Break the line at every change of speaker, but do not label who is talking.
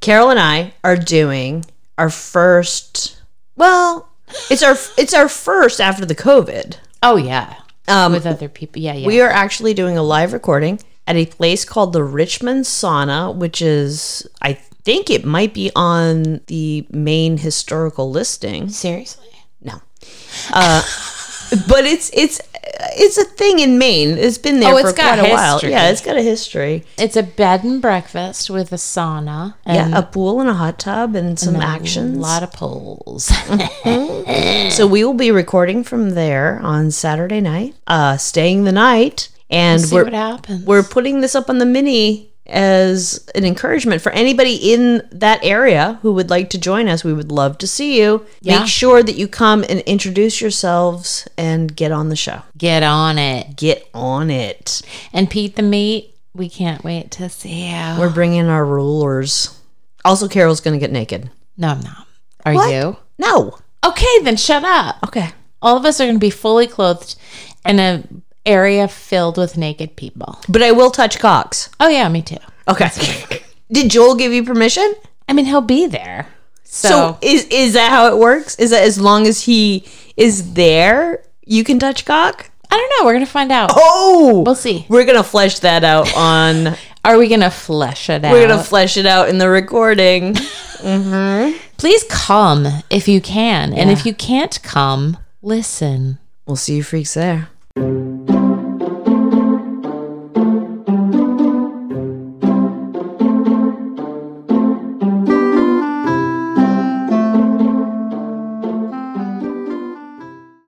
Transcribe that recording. Carol and I are doing our first. Well, it's our it's our first after the COVID.
Oh yeah,
Um,
with other people. Yeah, yeah.
We are actually doing a live recording at a place called the Richmond Sauna, which is I think it might be on the main historical listing.
Seriously.
No. Uh, but it's it's it's a thing in Maine. It's been there
Oh,
for
it's got
quite a while.
history.
Yeah, it's got a history.
It's a bed and breakfast with a sauna and
yeah, a pool and a hot tub and some
a
actions.
lot of poles.
Mm-hmm. So we will be recording from there on Saturday night, uh, staying the night, and
See
we're
what happens.
we're putting this up on the mini as an encouragement for anybody in that area who would like to join us. We would love to see you.
Yeah.
Make sure that you come and introduce yourselves and get on the show.
Get on it.
Get on it.
And Pete the meat. We can't wait to see you.
We're bringing our rulers. Also, Carol's going to get naked.
no, I'm not. Are you?
No.
Okay, then shut up.
Okay.
All of us are going to be fully clothed in a area filled with naked people.
But I will touch cocks.
Oh yeah, me too.
Okay. Did Joel give you permission?
I mean, he'll be there. So,
So is is that how it works? Is that as long as he is there, you can touch cock?
I don't know. We're going to find out.
Oh,
We'll see.
We're gonna flesh that out on.
Are we going to flesh it out?
we're gonna flesh it out in the recording.
Please come if you can. And if you can't come, listen.
We'll see you freaks there.